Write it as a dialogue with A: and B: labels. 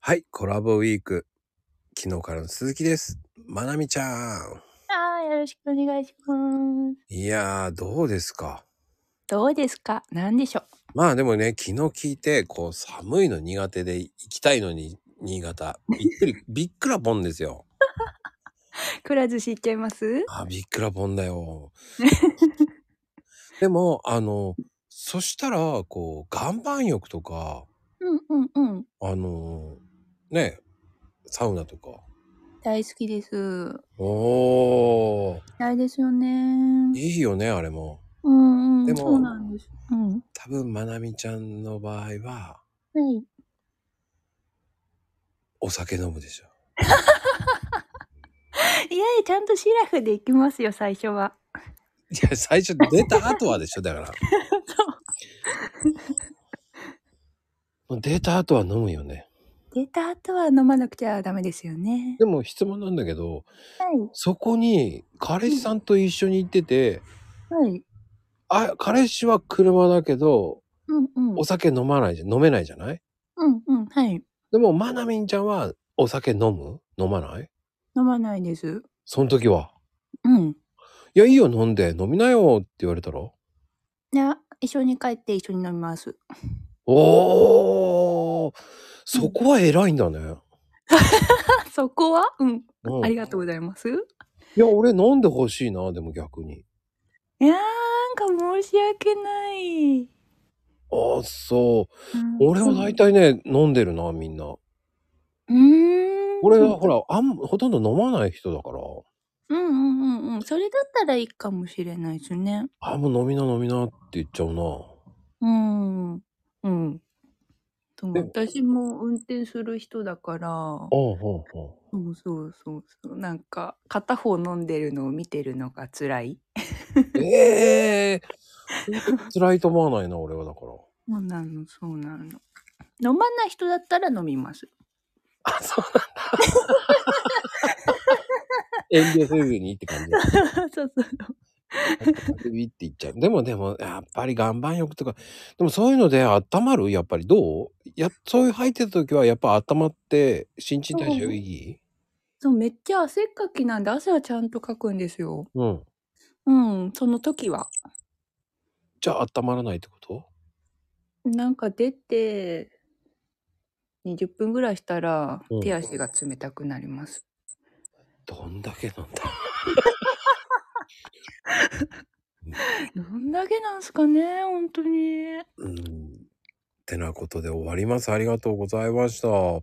A: はい、コラボウィーク。昨日からの鈴木です。まなみちゃん。
B: はい、よろしくお願いします。
A: いやー、どうですか
B: どうですかなんでしょ
A: まあでもね、昨日聞いて、こう、寒いの苦手で行きたいのに、新潟。びっくり、びっくらぽんですよ。
B: う。くら寿司行っちゃいます
A: あ、びっくらぽんだよ。でも、あの、そしたら、こう、岩盤浴とか、
B: うんうんうん。
A: あのーね、サウナとか。
B: 大好きです。
A: おー、
B: 大ですよね。
A: いいよね、あれも。
B: うんう
A: で
B: ん。
A: も
B: そうなんです。うん。は
A: 多分、まなみちゃんの場合は、
B: い。
A: お酒飲むでしょ。
B: いやいや、ちゃんとシラフで行きますよ、最初は。
A: いや、最初出た後はでしょ、だ から。もう出た後は飲むよね。
B: 出た後は飲まなくちゃダメですよね。
A: でも質問なんだけど、
B: はい。
A: そこに彼氏さんと一緒に行ってて、
B: はい。
A: あ、彼氏は車だけど、
B: うんうん。
A: お酒飲まないじゃ、飲めないじゃない
B: うんうん。はい。
A: でも、まなみんちゃんはお酒飲む飲まない
B: 飲まないです。
A: その時は。
B: うん。
A: いや、いいよ、飲んで、飲みなよって言われたら。
B: じゃあ一緒に帰って一緒に飲みます。
A: おーそこは偉いんだね。
B: あ、そこはうん。
A: うん、
B: ありがとうございます。
A: いや、俺飲んでほしいな、でも逆に。
B: いやーなんか申し訳ない。
A: ああ、そう。俺は大体ね、飲んでるな、みんな。
B: うーん。
A: 俺はほら、あん、ほとんど飲まない人だから、
B: うんうんうんうん。それだったらいいかもしれないですね。
A: あ、もう飲みな飲みなって言っちゃうな。
B: うん。うん。でも
A: でも
B: 私も運転する人だから、
A: ああ、ほうほ
B: そうそうそうそう。なんか、片方飲んでるのを見てるのが辛
A: う。
B: い。
A: ええ辛いと思わないな、俺はだから。
B: そうなの、そうなの。飲まない人だったら飲みます。
A: あ、そうなんだ。遠慮せずにって感じ。
B: そうそうそう。
A: ビって言っちゃう。でもでも、やっぱり岩盤浴とか、でもそういうので温まるやっぱりどうや、そういう入ってた時はやっぱ温まって、新陳代謝いい
B: そう、めっちゃ汗っかきなんで、汗はちゃんとかくんですよ。
A: うん。
B: うん、その時は。
A: じゃあ温まらないってこと
B: なんか出て20分ぐらいしたら
A: うん
B: 手足が冷たくなります。
A: どんだけなんだ
B: どんだけなんすかね、本当に。
A: うん。てなことで終わります。ありがとうございました。